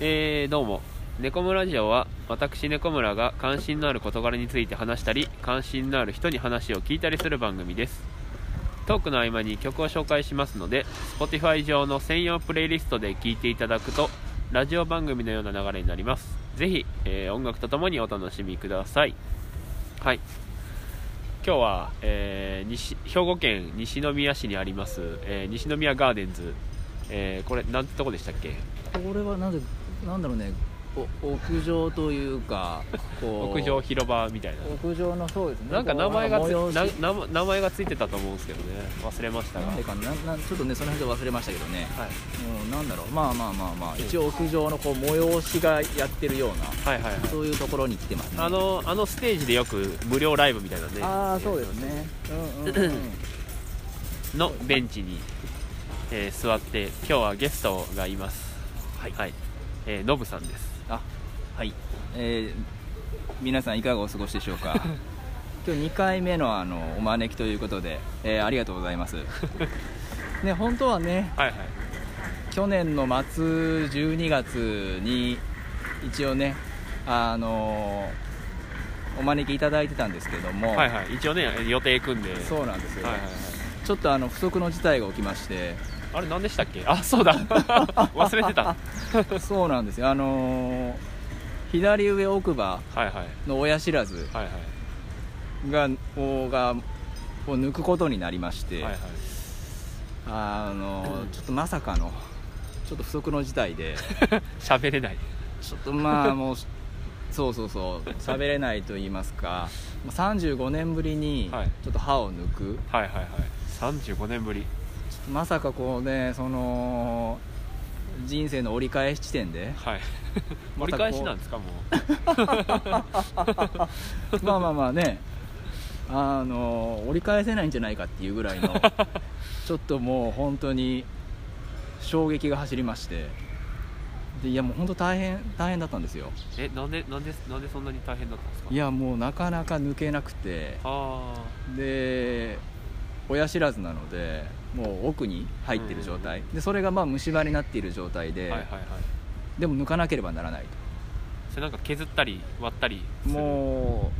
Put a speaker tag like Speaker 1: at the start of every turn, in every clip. Speaker 1: えーどうも猫村ラジオは私猫村が関心のある事柄について話したり関心のある人に話を聞いたりする番組ですトークの合間に曲を紹介しますので Spotify 上の専用プレイリストで聴いていただくとラジオ番組のような流れになりますぜひ、えー音楽とともにお楽しみくださいはい今日は、えー西兵庫県西宮市にあります、えー西宮ガーデンズ、えーこれなんてとこでしたっけ
Speaker 2: これはなんでなんだろうねお屋上というかこう
Speaker 1: 屋上広場みたいな
Speaker 2: 屋上のそうですね
Speaker 1: なんか名前がつ
Speaker 2: こうなんか
Speaker 1: な
Speaker 2: 催し
Speaker 1: 名前名前がついてたと思うんですけどね忘れましたが、
Speaker 2: な
Speaker 1: は
Speaker 2: ん
Speaker 1: い
Speaker 2: で、かななんちょっとねその辺で忘れましたけどねもうなんだろうまあまあまあまあ一応屋上のこう催しがやってるような
Speaker 1: はいはいはい
Speaker 2: そういうところに来てますね
Speaker 1: あのあのステージでよく無料ライブみたいなね
Speaker 2: あーそうですねうんうん、うん、
Speaker 1: のベンチに、えー座って今日はゲストがいますはい、えーノブさんです
Speaker 2: あはいえー皆さんいかがお過ごしでしょうか今日2回目のあのお招きということで、えーありがとうございますね本当はね
Speaker 1: はいはい
Speaker 2: 去年の末12月に一応ねあのーお招きいただいてたんですけども、
Speaker 1: はいはい一応ね予定組んで
Speaker 2: そうなんですよ、
Speaker 1: はいはいはい
Speaker 2: ちょっとあの不測の事態が起きまして
Speaker 1: あれ何でしたっけあそうだ 忘れてたは
Speaker 2: そうなんですよあのー左上奥歯
Speaker 1: いはいはい
Speaker 2: の親知らず
Speaker 1: はい
Speaker 2: がをがを抜くことになりまして、
Speaker 1: はいはい
Speaker 2: あのーちょっとまさかのちょっと不測の事態で
Speaker 1: 喋れない
Speaker 2: ちょっとまあもう そうそうそう喋れないと言いますかまあ35年ぶりに
Speaker 1: はい
Speaker 2: ちょっと歯を抜く、
Speaker 1: はいはいはい35年ぶり
Speaker 2: ちょっとまさかこうねその人生の折り返し地点で
Speaker 1: はい
Speaker 2: ま
Speaker 1: 折
Speaker 2: た
Speaker 1: り
Speaker 2: こ
Speaker 1: 返し
Speaker 2: う
Speaker 1: なん ですかも
Speaker 2: まあまあまあねあのー折り返せないんじゃないかっていうぐらい のちょっともう本当に衝撃が走りましてでいやもう本当大変大変だったんですよ
Speaker 1: うえなんでなんでなんでそんなに大変だったんですか
Speaker 2: いやもうなかなか抜けなくて
Speaker 1: あ
Speaker 2: で親知らずなのでもう奥に入ってる状態でそれがまあ虫歯になっている状態
Speaker 1: あ
Speaker 2: で、
Speaker 1: はいはいはい
Speaker 2: でも抜かなければならない
Speaker 1: それなんか削ったり割ったり
Speaker 2: とも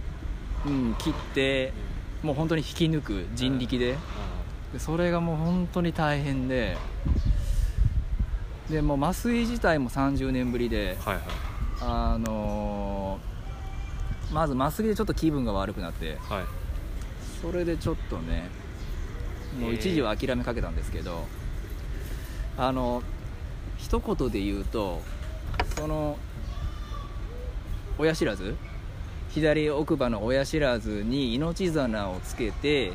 Speaker 2: う、うん、切ってもう本当に引き抜く人力で,、
Speaker 1: う
Speaker 2: でそれがもう本当に大変ででもう麻酔自体も30年ぶりで
Speaker 1: はいはい
Speaker 2: あのーまず麻酔でちょっと気分が悪くなって
Speaker 1: はい
Speaker 2: それでちょっとねもう一時は諦めかけたんですけど、あの一言で言うとその親知らず左奥歯の親知らずに命綱をつけて、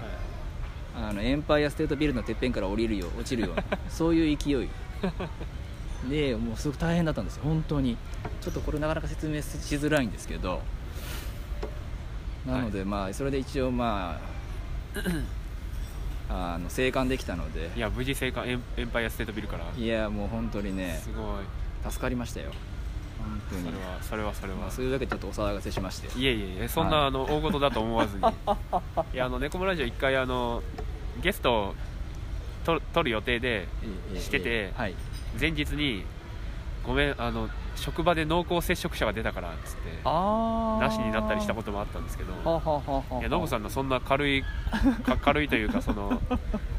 Speaker 2: あのエンパイアステートビルのてっぺんから降りるよ落ちるよ うなそういう勢いでもうすごく大変だったんですよ本当にちょっとこれなかなか説明しづらいんですけどなので、まあそれで一応ま ああの生還できたので
Speaker 1: いや無事生還エンエンパイアステートビルから
Speaker 2: いやもう本当にね
Speaker 1: すごい
Speaker 2: 助かりましたよ本当
Speaker 1: そ
Speaker 2: に
Speaker 1: れはそれはそれ
Speaker 2: ま
Speaker 1: は
Speaker 2: あ、そういうわけでちょっとお騒がせしまして
Speaker 1: いえいえいえそんな、
Speaker 2: はい
Speaker 1: あの大事だと思わず にいやあの猫村ラジオ一回あのゲストをと撮る予定でえしてて
Speaker 2: はい
Speaker 1: 前日にごめんあの職場で濃厚接触者が出たからっつって
Speaker 2: あ
Speaker 1: なしになったりしたことともあったんですけど
Speaker 2: ははははい
Speaker 1: やノブさんのそんな軽いか 軽いというかその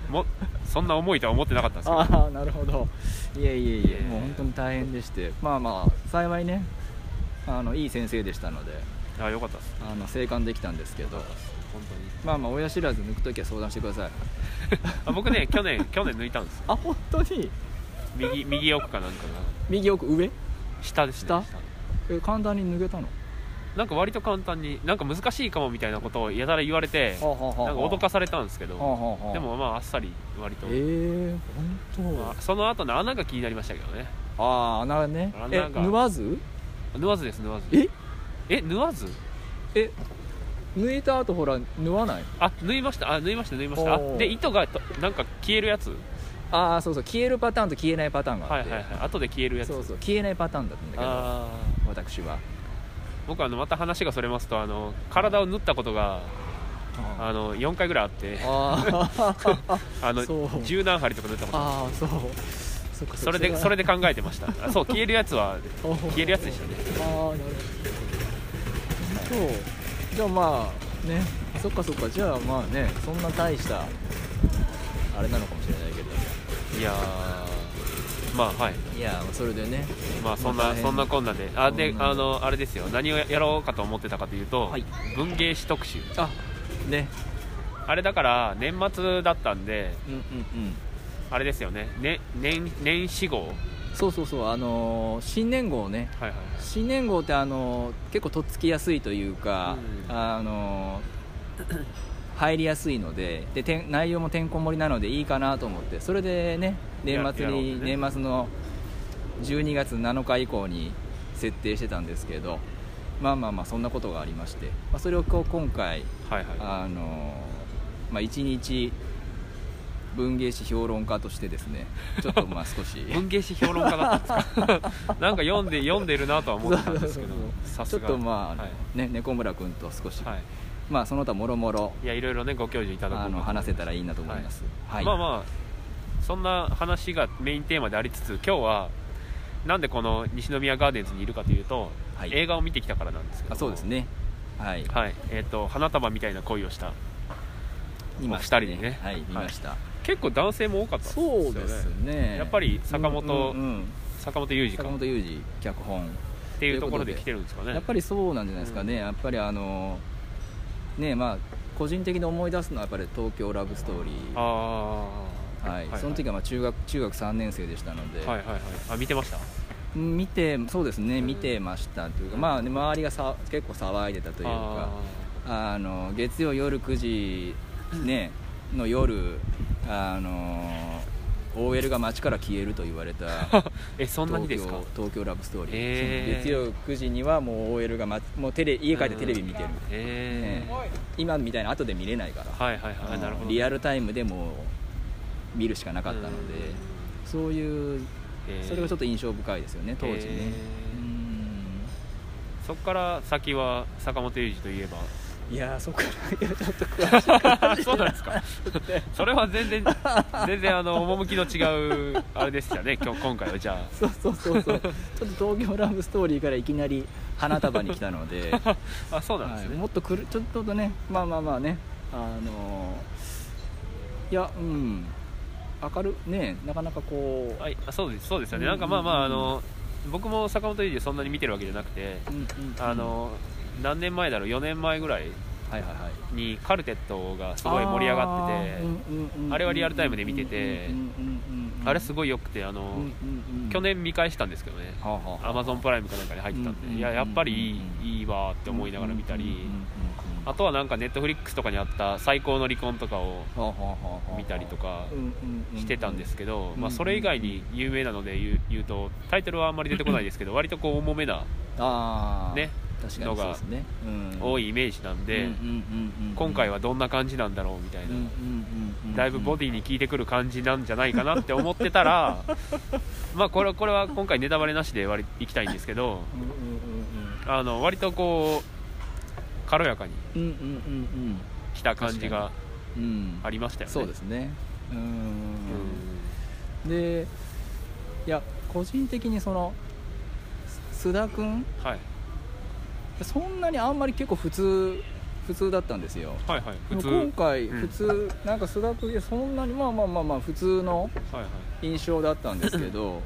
Speaker 1: もそんな重いとは思ってなかったんですけど
Speaker 2: ああなるほどいえいえい
Speaker 1: いえ
Speaker 2: えもう本当に大変でしてまあまあ幸いねあのいい先生でしたので
Speaker 1: あよかったです
Speaker 2: あの生還できたんですけど
Speaker 1: 本当に
Speaker 2: まあまあ親知らず抜く時は相談してください
Speaker 1: あ僕ね去年去年抜いたんですよ
Speaker 2: あ本当に
Speaker 1: 右右奥かなんかの
Speaker 2: 右奥上
Speaker 1: 下ですね
Speaker 2: 下え簡単に抜けたの
Speaker 1: なんか割と簡単になんか難しいかもみたいなことをやたら言われて
Speaker 2: はは
Speaker 1: なんか脅か
Speaker 2: す
Speaker 1: されたんですけ
Speaker 2: で
Speaker 1: どでもまああっさり割と、
Speaker 2: ええ
Speaker 1: ま
Speaker 2: 本
Speaker 1: あその後の穴が気になりましたけどね
Speaker 2: 当ああ穴がね
Speaker 1: 穴
Speaker 2: え
Speaker 1: が
Speaker 2: 縫わず
Speaker 1: 縫わずです縫わず
Speaker 2: え
Speaker 1: え縫わず
Speaker 2: え抜いた後ほら縫わない
Speaker 1: あ縫いましたあ縫いました縫いましたあ
Speaker 2: おー
Speaker 1: で糸がとなんか消えるやつ
Speaker 2: ああそうそう消えるパターンと消えないパターンが
Speaker 1: は
Speaker 2: あ
Speaker 1: い
Speaker 2: って
Speaker 1: はいはい後で消えるやつ
Speaker 2: そうそう消えないパターンだったんだけど
Speaker 1: あ
Speaker 2: 私は
Speaker 1: ー僕あのまた話がそれますとあの体を縫ったことがあの4回ぐらいあって
Speaker 2: あー
Speaker 1: あの
Speaker 2: そう
Speaker 1: 柔軟針とか縫ったこと
Speaker 2: あーそう
Speaker 3: そっか
Speaker 1: それでそれで考えてましたあ そう消えるやつは消えるやつでしたね
Speaker 3: ああなるほど
Speaker 2: そうじゃあまあねそっかそっかじゃあまあねそんな大したあれなのかもしれないけど
Speaker 1: いやーまあはい
Speaker 2: いやそれでね
Speaker 1: まあそんな、
Speaker 2: まあ大変
Speaker 1: そんなこんなであで
Speaker 2: うん
Speaker 1: あのあれですよ何をやろうかと思ってたかというと、
Speaker 2: はい
Speaker 1: 文芸誌特集
Speaker 2: あね
Speaker 1: あれだから年末だったんで
Speaker 2: うんうんうん
Speaker 1: あれですよねね年年始号はい
Speaker 2: そうそうそうあのー新年号ね
Speaker 1: はい
Speaker 2: 新年号ってあのー結構とっつきやすいというか、
Speaker 1: うん
Speaker 2: あのー入りやすいのででてん内容もてんこ盛りなのでいいかなと思ってそれでね年末
Speaker 1: ややろう
Speaker 2: に、
Speaker 1: とね
Speaker 2: 年末の12月7日以降に設定してたんですけどまあまあまあそんなことがありまして、まあ、それをこう今回
Speaker 1: はいはい
Speaker 2: あのーまあ、1日文芸誌評論家としてですねちょっとまあ 少し
Speaker 1: 文芸誌評論家だったんですか なんか読んで読んでるなとは思ってたん ですけどさ
Speaker 2: ち
Speaker 1: す
Speaker 2: ょっ
Speaker 1: が
Speaker 2: とまあ、
Speaker 1: はい
Speaker 2: ね猫村君と少し、
Speaker 1: はい、
Speaker 2: まあその他もろもろ
Speaker 1: いやいろいろねご教授いただこ
Speaker 2: あ
Speaker 1: うと
Speaker 2: の話せたらいいなと思います、はい
Speaker 1: まあまあそんな話がメインテーマでありつつ今日はなんでこの西宮ガーデンズにいるかというと、
Speaker 2: はい
Speaker 1: 映画を見てきたからなんですけど
Speaker 2: あそうですねはい
Speaker 1: はいえっ、と花束みたいな恋をした
Speaker 2: 見ま
Speaker 1: お二人でね
Speaker 2: はい見ました、
Speaker 1: 結構男性も多かったんですよね
Speaker 2: そうですね
Speaker 1: やっぱり坂本
Speaker 2: うんうんうん
Speaker 1: 坂本雄二
Speaker 2: 坂
Speaker 1: かっ
Speaker 2: 本雄二脚本、
Speaker 1: ていうところで来てるんですかね
Speaker 2: やっぱりそうなんじゃないですかね、やっぱりあのねまあ個人的に思い出すのはやっぱり東京ラブストーリー
Speaker 1: ああ
Speaker 2: はい、その時
Speaker 1: は
Speaker 2: はまあ中学中学3年生でしたので、
Speaker 1: いはいはいはいあ見てました
Speaker 2: 見てそうですね
Speaker 1: うん
Speaker 2: 見てましたというか、まあね、周りがさ結構騒いでたというかあの月曜夜9時、ね、の夜あの OL が街から消えると言われた
Speaker 1: あーえ そんなに
Speaker 2: 東
Speaker 1: ですか
Speaker 2: 京東京ラブストーリー、
Speaker 1: へー
Speaker 2: 月曜9時にはもう OL が、ま、もうテレ家帰ってテレビ見てる、
Speaker 1: え
Speaker 2: ね
Speaker 1: ー、
Speaker 2: 今みたいな後で見れないから、
Speaker 1: はいはいはいなるほど
Speaker 2: リアルタイムでもう見るしかなかったので、そういう
Speaker 1: うん
Speaker 2: それがちょ
Speaker 1: っ
Speaker 2: っと印象深いですよね当時ね、
Speaker 1: えー
Speaker 2: うん
Speaker 1: そこから先は坂本雄二とい えば
Speaker 3: いやーそっかいやちょっと
Speaker 1: そうなんです かそれは全然全然あの趣の違うあれでしたね今日今回はじゃ
Speaker 2: そうそうそうそうちょっと東京ラブストーリーからいきなり花束に来たので、
Speaker 1: ああ そうなんで
Speaker 2: は
Speaker 1: す
Speaker 2: い、
Speaker 1: ね、
Speaker 2: もっとくるちょっとねまあまあまあねあのーいやうん明るねなかなかこう、
Speaker 1: はい、あそうですそうですよね、
Speaker 2: うん
Speaker 1: なんかまあまああ
Speaker 2: うん
Speaker 1: の僕も坂本龍二そんなに見てるわけじゃなくて
Speaker 2: うんうん
Speaker 1: あの何年前だろう4年前ぐらい
Speaker 2: はいはいはい
Speaker 1: にカルテットがすごい盛り上がっててあ,、あれはリアルタイムで見ててれす
Speaker 2: ご
Speaker 1: ご
Speaker 2: い
Speaker 1: い良くてあの、去
Speaker 2: 去
Speaker 1: 年見返したんですけどね
Speaker 2: はあはあ
Speaker 1: アマゾンプライムかなんかに入ってたんで、
Speaker 2: うん
Speaker 1: いややっぱりいい,、
Speaker 2: うん
Speaker 1: いいわーって思いながら見たり、
Speaker 2: うんうんうんうんうん
Speaker 1: あとはなんかネットフリックスとかにあった「最高の離婚」とかを
Speaker 2: はあはあはあはあ
Speaker 1: 見たりとか
Speaker 2: うんうんうん
Speaker 1: してたんですけど、
Speaker 2: うん
Speaker 1: まあ、それ以外に有名なので言う言うとタイトルはあんまり出てこないですけど割とこう重めな
Speaker 2: ああ
Speaker 1: ね
Speaker 2: 確かにそうですね、うん
Speaker 1: 多いイメージなんで、
Speaker 2: うんうんうんうん
Speaker 1: 今回はどんな感じなんだろうみたいな、
Speaker 2: うんうんうんうん
Speaker 1: だいぶボディに効いてくる感じなんじゃないかなって思ってた らまあこれこれは今回ネタバレなしで割りいきたいんですけど
Speaker 2: うんうん
Speaker 1: あの割とこう軽やかに
Speaker 2: うんうんうんうん
Speaker 1: 来た感じが
Speaker 2: うんうん
Speaker 1: ありましたよね。
Speaker 2: そうですねう
Speaker 1: うんん
Speaker 2: でいや個人的にそのす須田君
Speaker 1: はい、
Speaker 2: そんなにあんまり結構普通普通だったんですよ
Speaker 1: はいはい普
Speaker 2: でも
Speaker 1: 通
Speaker 2: 今回
Speaker 1: うん
Speaker 2: 普通、なんか須田君いやそんなにまあまあまあまあ普通の
Speaker 1: はいはい
Speaker 2: 印象だったんですけど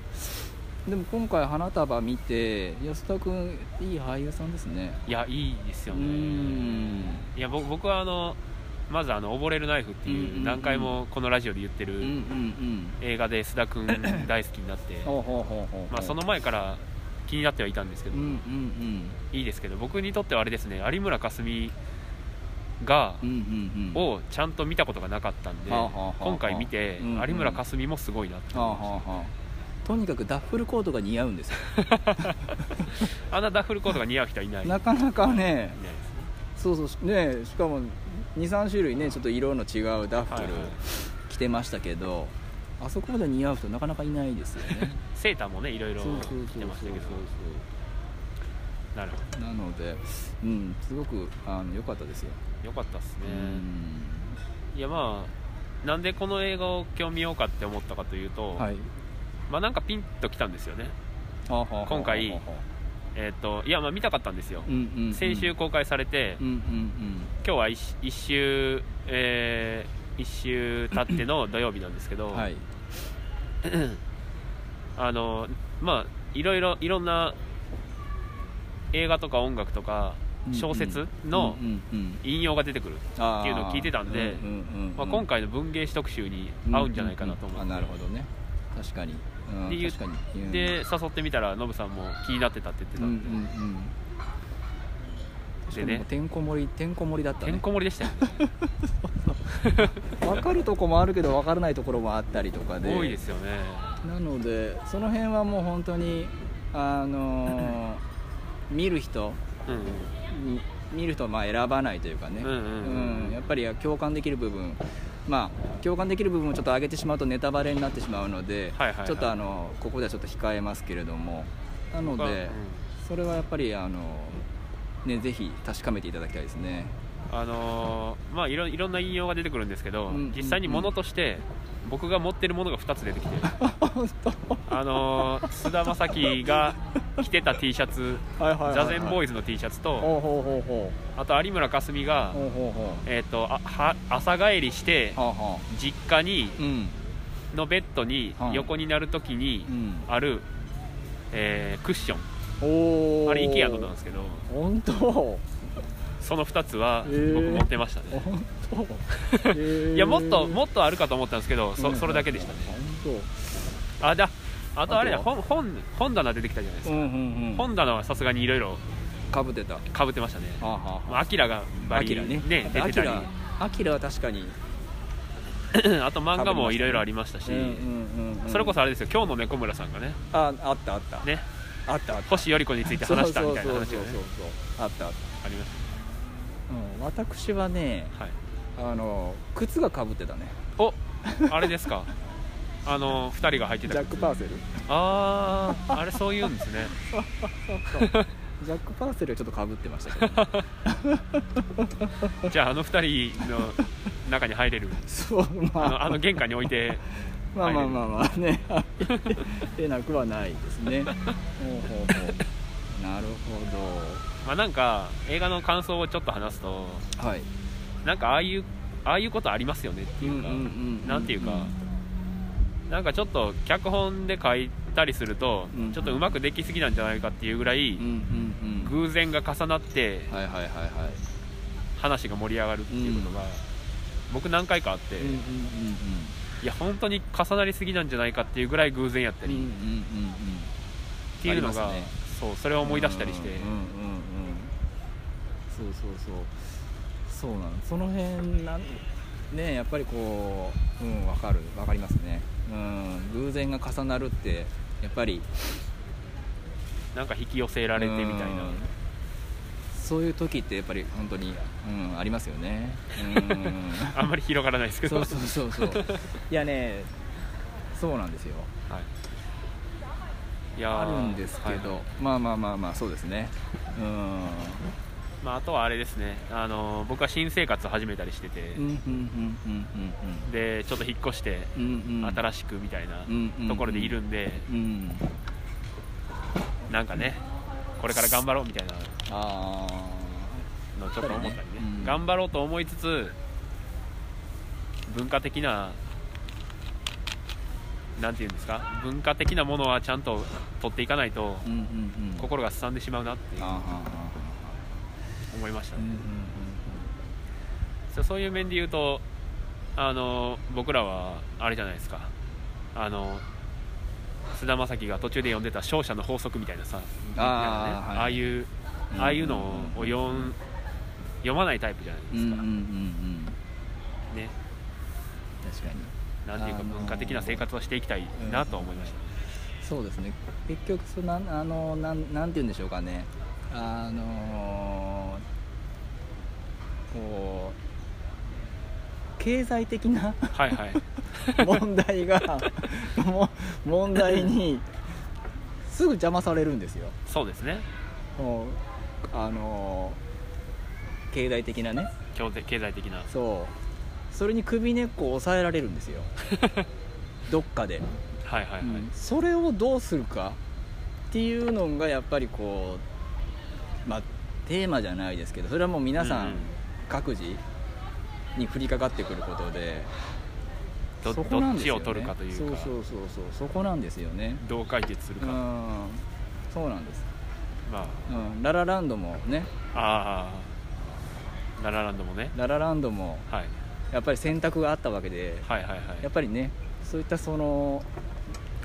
Speaker 2: でも今回花束見て安田君いい俳優さんですね
Speaker 1: いやいいです
Speaker 2: う
Speaker 1: よ
Speaker 2: ー
Speaker 1: ね
Speaker 2: ん
Speaker 1: いや僕僕はあのまずあの「溺れるナイフ」って
Speaker 2: うんうん
Speaker 1: い
Speaker 2: うん
Speaker 1: う何回もこのラジオで言って
Speaker 2: うんうんう
Speaker 1: る
Speaker 2: ん
Speaker 1: 映画で須田 君大好きになって
Speaker 2: ほうほうほうほう
Speaker 1: まあその前から気になってはいたんですけ
Speaker 2: う
Speaker 1: ど
Speaker 2: んうん
Speaker 1: いいですけど僕にとってはあれですね有村架純が
Speaker 2: うんうんうんうん
Speaker 1: をちゃんと見たことがなかったんで
Speaker 2: はあはあはあ
Speaker 1: 今回見て
Speaker 2: うんうん
Speaker 1: 有村架純もすごいなって
Speaker 2: はあは
Speaker 1: 思いまし
Speaker 2: あはあとにかくダッフルコートが似合うんですよ
Speaker 1: たあんなダッフルコートが似合う人はいない
Speaker 2: なかなかね
Speaker 1: いないですね
Speaker 2: そうそうしねしかも23種類ねちょっと色の違うダッフ
Speaker 1: はい
Speaker 2: ル
Speaker 1: はい
Speaker 2: 着てましたけどあそこまで似合う人なかなかいないですよね
Speaker 1: セーターもねいろい
Speaker 2: そ
Speaker 1: ろ
Speaker 2: うそうそう
Speaker 1: 着てました
Speaker 2: そう
Speaker 1: けどなるほ
Speaker 2: そうなのでうんすごくあの良かったですよ、
Speaker 1: どよかったっすね
Speaker 2: うん
Speaker 1: いやまあなんでこの映画を今日見ようかって思ったかというと、
Speaker 2: はい
Speaker 1: まあなんかピンときたんですよね
Speaker 2: ほうほうほうほう
Speaker 1: 今回えっ、といやまあ見たかったんですよ、
Speaker 2: うんうんうん
Speaker 1: 先週公開されて、
Speaker 2: うんうん
Speaker 1: 今日は一一週えー、一週経っての土曜日なんですけ
Speaker 2: う
Speaker 1: ど、
Speaker 2: ん はい
Speaker 1: あのまあいろいろいろんな映画とか音楽とか小説の
Speaker 2: うんうんうん
Speaker 1: 引用が出てくる、
Speaker 2: あー
Speaker 1: っていうのを聞いてたんで
Speaker 2: うんうんうん
Speaker 1: まあ、今回の文芸誌特集に合うんじゃないかなと思って、
Speaker 2: あなるほどね確かに、うん
Speaker 1: で言う
Speaker 2: 確かに、うん
Speaker 1: で誘ってみたらノブさんも気になってたって言って
Speaker 2: うん
Speaker 1: た
Speaker 2: う
Speaker 1: で、
Speaker 2: んん
Speaker 1: で
Speaker 2: 確かに
Speaker 1: ね
Speaker 2: もうてんこ盛りてんこ盛りだった
Speaker 1: てん
Speaker 2: ね
Speaker 1: こ盛りでしたよね
Speaker 2: 分かるとこもあるけど分からないところもあったりとかで
Speaker 1: 多いですよね
Speaker 2: なのでその辺はもう本当にあ のー見る人
Speaker 1: うん
Speaker 2: に見る人はまあ選ばないというかね、
Speaker 1: うんうんうん
Speaker 2: うんやっぱり共感できる部分まあ共感できる部分をちょっと上げてしまうとネタバレになってしまうので、
Speaker 1: はいはいはい
Speaker 2: ちょっとあのここではちょっと控えますけれどもなの
Speaker 1: 僕はう
Speaker 2: で
Speaker 1: ん、
Speaker 2: それはやっぱりあの、ね、ぜひ確かめていただきたいですね
Speaker 1: あのーまあいろいろんな引用が出てくるんですけど、
Speaker 2: うんうんうん
Speaker 1: 実際にものとして僕が持ってるものが2つ出てきて あのー菅田将暉が着てた T シャツ
Speaker 2: はいはい
Speaker 1: 座禅ボーイ
Speaker 2: ズ
Speaker 1: ズの T シャツと
Speaker 2: ほうほうほうほ
Speaker 1: あと有村架純
Speaker 2: う
Speaker 1: が、
Speaker 2: ほうほうほ
Speaker 1: えー、とあは朝帰りして
Speaker 2: うはあは
Speaker 1: 実家に
Speaker 2: あうん
Speaker 1: のベッドに
Speaker 2: はい
Speaker 1: 横になるときに
Speaker 2: うん
Speaker 1: ある、えークッション
Speaker 2: おお
Speaker 1: あれ IKEA のなんですけど
Speaker 2: 本当
Speaker 1: その2つは
Speaker 2: へー
Speaker 1: 僕持ってましたね、
Speaker 2: 本 当
Speaker 1: いやもっと
Speaker 2: っ
Speaker 1: もっとあるかと思ったんですけどそそれだけでしたね
Speaker 2: 本
Speaker 1: あだあとあれだ
Speaker 2: あと
Speaker 1: 本本本棚出てきたじゃないです
Speaker 2: 当
Speaker 1: か、
Speaker 2: んうん
Speaker 1: 本棚はさすがにいろいろ
Speaker 2: かぶってたは
Speaker 1: かぶってましたね
Speaker 2: あはあ
Speaker 1: ま
Speaker 2: は
Speaker 1: あアキラが
Speaker 2: あ
Speaker 1: バ
Speaker 2: ア
Speaker 1: リ
Speaker 2: キラね
Speaker 1: ね出
Speaker 2: ア
Speaker 1: て
Speaker 2: キ
Speaker 1: たり
Speaker 2: ラアキラは確かに
Speaker 1: あと漫画もいろいろありましたし、
Speaker 2: ん
Speaker 1: それこそあれですよ今日の猫村さんがね
Speaker 2: ああったあった
Speaker 1: ね
Speaker 2: あったあった
Speaker 1: 星より子について話したみたいな話
Speaker 2: そう
Speaker 1: が
Speaker 2: そう
Speaker 1: ね
Speaker 2: そうそうあったあっ、
Speaker 1: ありました
Speaker 2: うん、私はね
Speaker 1: たはい
Speaker 2: あの靴がかぶってたね
Speaker 1: おあれですかあの2人が入って
Speaker 2: ジ
Speaker 1: た
Speaker 2: ャック・パーセル
Speaker 1: あああれそういうんですね
Speaker 2: ジャック・パーセルはちょっとかぶってましたけ ど、ね、
Speaker 1: じゃああの2人の中に入れる
Speaker 2: そうま
Speaker 1: あ
Speaker 2: あ
Speaker 1: のあの玄関に置いて
Speaker 2: まあまあまあまあ ね出なくはないですねほうほうほうなるほ
Speaker 1: まあなんか映画の感想をちょっと話すと
Speaker 2: どはい
Speaker 1: なんかああいうああいうことありますよねっていうか、
Speaker 2: うんうんうんうんうん
Speaker 1: なんていうかなんかちょっと脚本で書いたりすると、
Speaker 2: うん
Speaker 1: ちょっとうまくできすぎなんじゃないかっていうぐらい、
Speaker 2: うんうんうん
Speaker 1: 偶然が重なって
Speaker 2: はいはいはいはい
Speaker 1: 話が盛り上がるっていうことが、僕何回かあって、
Speaker 2: うんうんうん
Speaker 1: いや本当に重なりすぎなんじゃないかっていうぐらい偶然やった
Speaker 2: うんうん
Speaker 1: り、
Speaker 2: うん
Speaker 1: っ
Speaker 2: うん
Speaker 1: ていうのが、
Speaker 2: ありますね
Speaker 1: そうそれを思い出したりして、
Speaker 2: うんうんうんそうそうそうそうなのその辺なんねやっぱりこううんわかるわかりますねうん偶然が重なるってやっぱり
Speaker 1: なんか引き寄せられてみたいな、
Speaker 2: うんそういう時ってやっぱり本当に、うん、ありますよね
Speaker 1: あんまり広がらないです
Speaker 2: う
Speaker 1: け
Speaker 2: んそ
Speaker 1: ど
Speaker 2: うそうそうそういやねそうなんですよ
Speaker 1: はい、いやー
Speaker 2: あるんですけど、
Speaker 1: はい
Speaker 2: まあまあまあまあそうですねうん
Speaker 1: まあ、あとはあれですね、あのー僕は新生活始めたりしてて、
Speaker 2: うんうん
Speaker 1: でちょっと引っ越して
Speaker 2: うんうんうんうんうん
Speaker 1: 新しくみたいな
Speaker 2: うんうん
Speaker 1: ところでいるんで、
Speaker 2: うん
Speaker 1: なんかねこれから頑張ろうみたいな
Speaker 2: あ
Speaker 1: のをちょっと思ったりね
Speaker 2: そうだねうん
Speaker 1: 頑張ろうと思いつつ文化的ななんていうんですか文化的なものはちゃんと取っていかないと
Speaker 2: ーうんうんうん
Speaker 1: 心がすさんでしまうなって
Speaker 2: あーはーは
Speaker 1: 思いました
Speaker 2: ーうんうん
Speaker 1: ね、そうそういう面で言うとあの僕らはあれじゃないですかあの菅田将暉が途中で読んでた「勝者の法則」みたいなさ
Speaker 2: あー
Speaker 1: なんかね
Speaker 2: はい
Speaker 1: ああいうああいうのを読ん読まないタイプじゃない
Speaker 2: うんうんうん
Speaker 1: ですか、
Speaker 2: うんうんうん
Speaker 1: ね
Speaker 2: 確かに
Speaker 1: なんていうか
Speaker 2: あのー
Speaker 1: 文化的な生活をしていきたいなと思いました、
Speaker 2: そうですね結局そのなんあのなんなんて言うんでしょうかねあのこう経済的な
Speaker 1: はいはい
Speaker 2: 問題がも問題にすぐ邪魔されるんですよ
Speaker 1: そうですね
Speaker 2: もうあの経済的なね
Speaker 1: 経済経済的な
Speaker 2: そうそれに首根っこを抑えられるんですよどっかで
Speaker 1: はいはいはい、
Speaker 2: うん
Speaker 3: それをどうするか
Speaker 2: っていうのがやっぱりこうまあテーマじゃないですけどそれはもう皆さ
Speaker 1: うんうん
Speaker 2: ん各自に降りかかってくることで、
Speaker 1: ど
Speaker 2: そこな
Speaker 1: どっ
Speaker 2: んです
Speaker 1: ち
Speaker 2: よ
Speaker 1: を
Speaker 2: ね
Speaker 1: 取るかというか
Speaker 2: そうそうそうそうそこなんですよね
Speaker 1: どう解決するか、
Speaker 2: うんそうなんです、
Speaker 1: ま
Speaker 2: うん、ララランドもね
Speaker 1: あああララランドもね、
Speaker 2: ララランドも
Speaker 1: はい、
Speaker 2: やっぱり選択があったわけで
Speaker 1: はいはいはい
Speaker 2: やっぱりねそういったその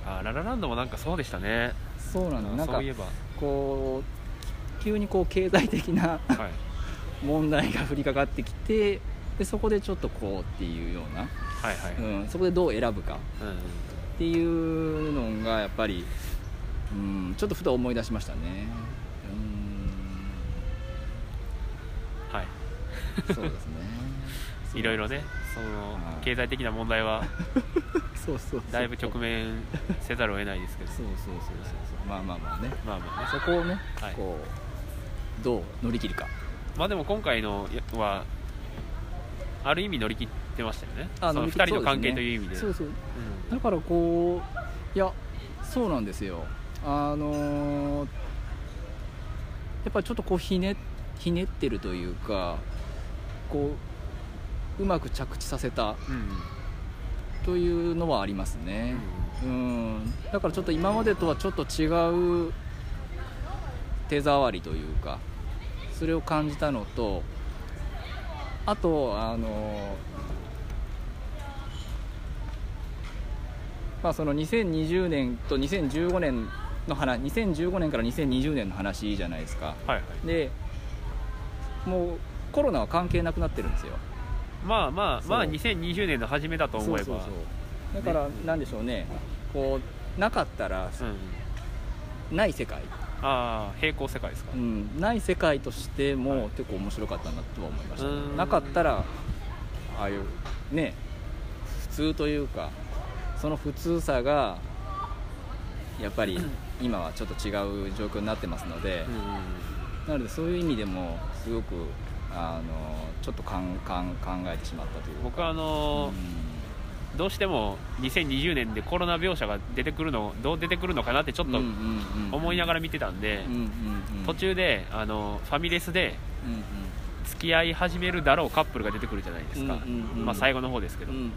Speaker 1: あーララランドもなんかそうでしたね
Speaker 2: そうなんだなん
Speaker 1: そ
Speaker 2: か
Speaker 1: ういえば
Speaker 2: こう急にこう経済的な
Speaker 1: はい
Speaker 2: 問題が降りかかってきてでそこでちょっとこうっていうような
Speaker 1: はいはい、うん
Speaker 2: うん、そこでどう選ぶかっていうのがやっぱり、うん、ちょっとふと思い出しましたね
Speaker 1: は
Speaker 2: うんそう ですね
Speaker 1: い、いろいろねその
Speaker 2: はい
Speaker 1: 経済的な問題は
Speaker 2: そうそうそう
Speaker 1: だいぶ直面せざるを得ないですけど
Speaker 2: そうそうそうそうそうまあまあまあね
Speaker 1: まあまあね
Speaker 2: そこをね、
Speaker 1: はい
Speaker 2: こうどう乗り切るか
Speaker 1: まあでも今回のはある意味乗り切ってましたよねその
Speaker 2: 乗
Speaker 1: 2
Speaker 2: り切る
Speaker 1: 人の関係という意味で
Speaker 2: そうですねそうそう
Speaker 1: う
Speaker 2: だからこういやそうなんですよあのーやっぱりちょっとこうひねひねってるというかこううまく着地させ
Speaker 1: ん
Speaker 2: た
Speaker 1: うん
Speaker 2: というのはありますね、うん、だからちょっと今までとはちょっと違う手触りというかそれを感じたのとあとあのまあその2020年と2015年の話2015年から2020年の話じゃないですか
Speaker 1: はいはい
Speaker 2: でもうコロナは関係なくなってるんですよ
Speaker 1: まあまあまあ
Speaker 2: そう
Speaker 1: 2020年の初めだと思えば
Speaker 2: そうそうそうだからなんでしょうねこうなかったら
Speaker 1: うん
Speaker 2: ない世界、
Speaker 1: ああ平行世界ですか
Speaker 2: うん、ない世界として
Speaker 1: は
Speaker 2: も
Speaker 1: い
Speaker 2: 結構面白かったなとは思いました、
Speaker 1: うーん
Speaker 2: ね、なかったらああいうね普通というかその普通さがやっ ぱり今はちょっと違う状況になってますので、
Speaker 1: うんうんうん
Speaker 2: なのでそういう意味でもすごくあのちょっとかんかん考えてしまったというか
Speaker 1: 僕はあのー
Speaker 2: う
Speaker 1: どうしても2020年でコロナ描写が出てくるのどう出てくるのかなってちょっ
Speaker 2: ん
Speaker 1: と
Speaker 2: うんうんうん
Speaker 1: 思いながら見てたんで、
Speaker 2: うんうんうん
Speaker 1: 途中であのファミレスで
Speaker 2: うんうん
Speaker 1: 付き合い始めるだろうカップルが出てくるじゃないですか、
Speaker 2: うんうんうん
Speaker 1: まあ、最後の方ですけど、
Speaker 2: うんうんうん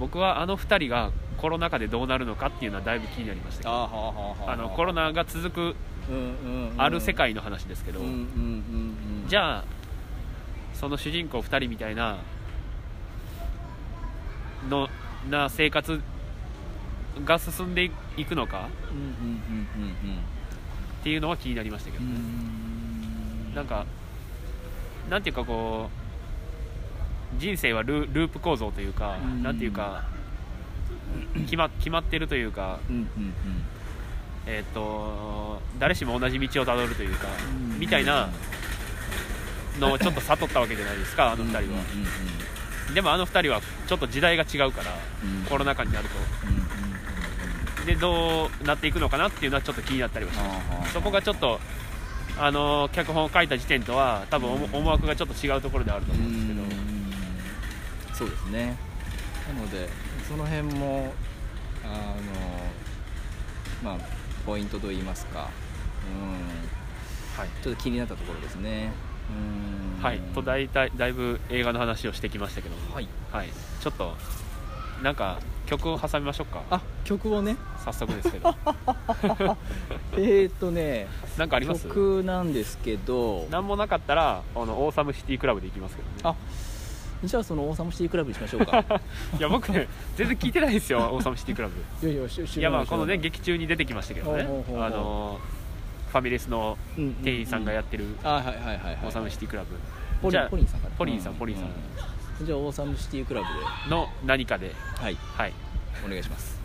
Speaker 1: 僕はあの2人がコロナ禍でどうなるのかっていうのはだいぶ気になりましたけ
Speaker 2: あー
Speaker 1: ど
Speaker 2: はーはーはー
Speaker 1: あのコロナが続く
Speaker 2: うんうんうん
Speaker 1: ある世界の話ですけど、
Speaker 2: うんうんうんうん
Speaker 1: じゃあその主人公2人みたいなのな生活が進んでいくのか
Speaker 2: うんうんうん
Speaker 1: っていうのは気になりましたけど
Speaker 2: うんう
Speaker 1: ね、
Speaker 2: ん
Speaker 1: なんかなんていうかこう人生はルループ構造というか、
Speaker 2: うん
Speaker 1: なんていうか決ま決まってるというか、
Speaker 2: うんうんうん
Speaker 1: えっと誰しも同じ道をたどるというか、
Speaker 2: うん
Speaker 1: みたいなのをちょっと悟ったわけじゃないですかあの2人は、でもあの2人はちょっと時代が違うから
Speaker 2: うん
Speaker 1: コロナ禍になる
Speaker 2: うんうんうんうん
Speaker 1: とでどうなっていくのかなっていうのはちょっと気になったりはしまし
Speaker 2: はーは
Speaker 1: た
Speaker 2: ー
Speaker 1: そこがちょっとあの脚本を書いた時点とは多分思思惑がちょっと違うところであると
Speaker 2: う
Speaker 1: 思
Speaker 2: ん
Speaker 1: う
Speaker 2: う
Speaker 1: んんですけど、
Speaker 2: そうですねなのでその辺もあのまあポイントといいますかうん
Speaker 1: はい
Speaker 2: ちょっと気になったところですねうん
Speaker 1: はい、とだいたいだいぶ映画の話をしてきましたけども
Speaker 2: はい
Speaker 1: はい、ちょっとなんか曲を挟みましょうか
Speaker 2: あ曲をね
Speaker 1: 早速ですけど
Speaker 2: えー、っとね
Speaker 1: なんかあります
Speaker 2: 曲なんですけど
Speaker 1: なんもなかったらあのオーサムシティクラブで行きますけどね
Speaker 2: あじゃあその「オーサムシティクラブ」にしましょ うか
Speaker 1: いや僕ね全然聞いてないです よオーサムシティクラブ
Speaker 2: いやいやし
Speaker 1: いやまあこのね劇中に出てきましたけどね
Speaker 2: ほうほうほうほう
Speaker 1: あのファミレスの店員さんがやってる
Speaker 2: あはいはいはい、はい、
Speaker 1: オーサムシティクラ
Speaker 2: ポ
Speaker 1: ブ
Speaker 2: リ
Speaker 1: じゃ
Speaker 2: ポリンさんかな
Speaker 1: ポリンさんポリンさん
Speaker 2: うんじゃあ「オーサムシティクラブで」
Speaker 1: あの何かで
Speaker 2: はい
Speaker 1: はい
Speaker 2: お願いします